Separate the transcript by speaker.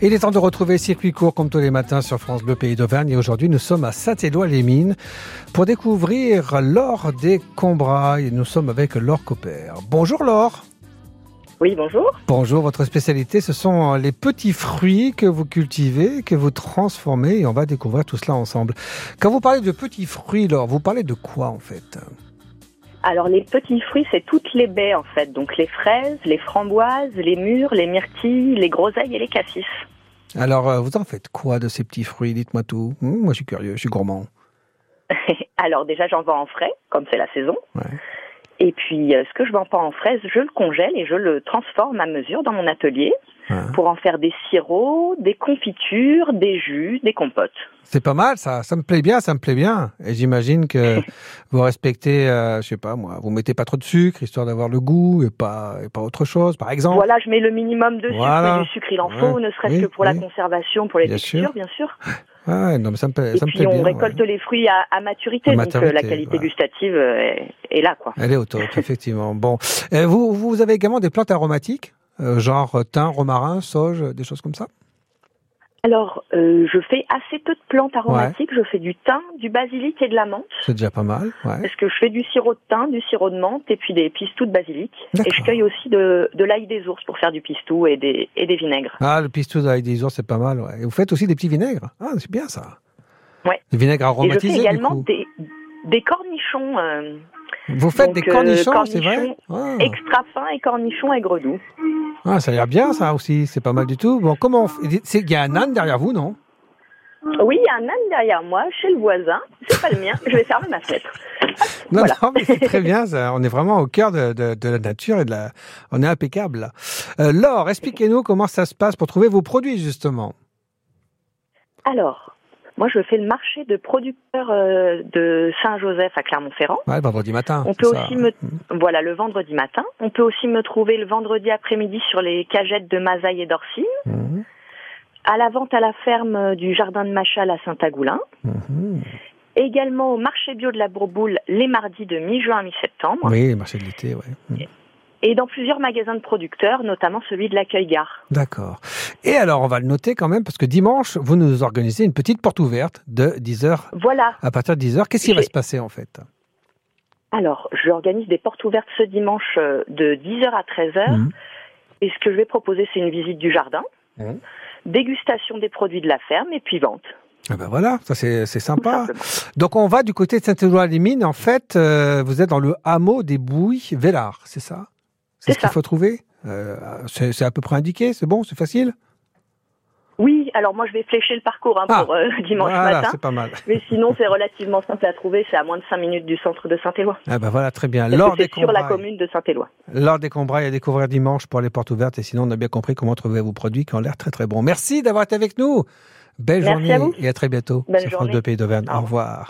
Speaker 1: Il est temps de retrouver Circuit Court comme tous les matins sur France Bleu Pays d'Auvergne. Et aujourd'hui, nous sommes à Saint-Éloi-les-Mines pour découvrir l'or des Combras. Et nous sommes avec Laure Copper. Bonjour Laure.
Speaker 2: Oui, bonjour.
Speaker 1: Bonjour, votre spécialité, ce sont les petits fruits que vous cultivez, que vous transformez, et on va découvrir tout cela ensemble. Quand vous parlez de petits fruits, Laure, vous parlez de quoi en fait
Speaker 2: Alors les petits fruits, c'est toutes les baies en fait, donc les fraises, les framboises, les mûres, les myrtilles, les groseilles et les cassis.
Speaker 1: Alors, euh, vous en faites quoi de ces petits fruits Dites-moi tout. Hum, moi, je suis curieux, je suis gourmand.
Speaker 2: Alors déjà, j'en vends en frais, comme c'est la saison.
Speaker 1: Ouais.
Speaker 2: Et puis, euh, ce que je vends pas en fraise, je le congèle et je le transforme à mesure dans mon atelier
Speaker 1: Hein.
Speaker 2: pour en faire des sirops, des confitures, des jus, des compotes.
Speaker 1: C'est pas mal, ça. Ça me plaît bien, ça me plaît bien. Et j'imagine que vous respectez, euh, je sais pas moi, vous mettez pas trop de sucre, histoire d'avoir le goût et pas, et pas autre chose, par exemple.
Speaker 2: Voilà, je mets le minimum de sucre,
Speaker 1: Oh. Voilà.
Speaker 2: mais du sucre il en
Speaker 1: Ouais.
Speaker 2: faut, ne serait-ce
Speaker 1: Oui,
Speaker 2: que pour
Speaker 1: oui.
Speaker 2: la conservation, pour les
Speaker 1: Bien
Speaker 2: textures,
Speaker 1: sûr.
Speaker 2: bien sûr.
Speaker 1: Ah Ouais, non, mais ça me plaît,
Speaker 2: Et
Speaker 1: ça me
Speaker 2: puis
Speaker 1: plaît
Speaker 2: on
Speaker 1: bien, ouais.
Speaker 2: récolte les fruits à, à maturité,
Speaker 1: À
Speaker 2: donc euh, la
Speaker 1: maturité,
Speaker 2: qualité
Speaker 1: ouais.
Speaker 2: gustative euh, est, est là, quoi.
Speaker 1: Elle est au top, effectivement. Bon. Et vous, vous avez également des plantes aromatiques, euh, genre thym, romarin, sauge, des choses comme ça
Speaker 2: Alors, euh, je fais assez peu de plantes aromatiques. Je fais du thym, du basilic et de la menthe.
Speaker 1: C'est déjà pas mal, ouais.
Speaker 2: Parce que je fais du sirop de thym, du sirop de menthe et puis des pistous de basilic. Et je
Speaker 1: D'accord.
Speaker 2: cueille aussi de, de l'ail des ours pour faire du pistou et des, et des vinaigres.
Speaker 1: Ah, le pistou avec des ours, c'est pas mal, ouais. Et vous faites aussi des petits vinaigres. Ah, c'est bien, ça.
Speaker 2: Ouais.
Speaker 1: Des vinaigres
Speaker 2: Et je fais
Speaker 1: aromatisés, du
Speaker 2: également
Speaker 1: coup.
Speaker 2: des, des cornichons euh,
Speaker 1: Vous faites
Speaker 2: donc,
Speaker 1: des
Speaker 2: euh,
Speaker 1: cornichons, c'est vrai Ah.
Speaker 2: extra fins et cornichons aigre doux.
Speaker 1: Ah, ça a l'air bien, ça aussi. C'est pas mal du tout. Bon, comment on fait c'est- Il y a un âne derrière vous, non
Speaker 2: Oui, il y a un âne derrière moi, chez le voisin. C'est pas le mien. Je vais fermer ma fenêtre.
Speaker 1: Non,
Speaker 2: Voilà.
Speaker 1: non, mais c'est très bien. Ça. On est vraiment au cœur de, de- de la nature et de la. On est impeccable. Là. Euh, Laure, expliquez-nous comment ça se passe pour trouver vos produits justement.
Speaker 2: Alors, moi, je fais le marché de producteurs euh, de Saint-Joseph à Clermont-Ferrand.
Speaker 1: Ouais, le vendredi matin.
Speaker 2: On
Speaker 1: Ah, c'est
Speaker 2: peut
Speaker 1: ça. Mhm.
Speaker 2: aussi me voilà le vendredi matin. On peut aussi me trouver le vendredi après-midi sur les cagettes de Mazaille et d'Orsine,
Speaker 1: Mhm,
Speaker 2: à la vente à la ferme euh, du jardin de Machal à Saint-Agoulin,
Speaker 1: mhm.
Speaker 2: également au marché bio de la Bourboule les mardis de mi-juin à mi-septembre,
Speaker 1: Oui, les marchés de l'été, ouais. Mhm.
Speaker 2: et dans plusieurs magasins de producteurs, notamment celui de l'accueil gare.
Speaker 1: D'accord. Et alors, on va le noter quand même, parce que dimanche, vous nous organisez une petite porte ouverte de 10h
Speaker 2: Voilà.
Speaker 1: à partir de 10h. Qu'est-ce qui va
Speaker 2: J'ai-
Speaker 1: se passer en fait
Speaker 2: Alors, j'organise des portes ouvertes ce dimanche euh, de 10h à 13h.
Speaker 1: Mhm.
Speaker 2: Et ce que je vais proposer, c'est une visite du jardin,
Speaker 1: Mhm.
Speaker 2: dégustation des produits de la ferme et puis vente.
Speaker 1: Ah ben voilà, ça c'est c'est
Speaker 2: tout
Speaker 1: sympa.
Speaker 2: simplement.
Speaker 1: Donc on va du côté de Saint-Éloi-les-Mines. En fait, euh, vous êtes dans le hameau des Bouilles Vélard, c'est ça C'est
Speaker 2: C'est
Speaker 1: ce qu'il
Speaker 2: ça.
Speaker 1: faut trouver Euh, C'est c'est à peu près indiqué, c'est bon, c'est facile
Speaker 2: Oui, alors moi je vais flécher le parcours hein,
Speaker 1: Ah.
Speaker 2: pour euh, dimanche
Speaker 1: Voilà,
Speaker 2: matin.
Speaker 1: c'est pas mal.
Speaker 2: Mais sinon, c'est relativement simple à trouver. C'est à moins de 5 minutes du centre de Saint-Éloi.
Speaker 1: Ah ben voilà, très bien.
Speaker 2: Parce
Speaker 1: Lors
Speaker 2: que
Speaker 1: des
Speaker 2: c'est sur la
Speaker 1: combats,
Speaker 2: commune de Saint-Éloi.
Speaker 1: lors des combats, il y a découvrir dimanche pour les portes ouvertes. Et sinon, on a bien compris comment trouver vos produits qui ont l'air très très bons. Merci d'avoir été avec nous. Belle
Speaker 2: Merci à
Speaker 1: journée
Speaker 2: vous.
Speaker 1: et à très bientôt
Speaker 2: Bonne
Speaker 1: sur France
Speaker 2: journée.
Speaker 1: 2 Pays d'Auvergne.
Speaker 2: Au
Speaker 1: Au revoir.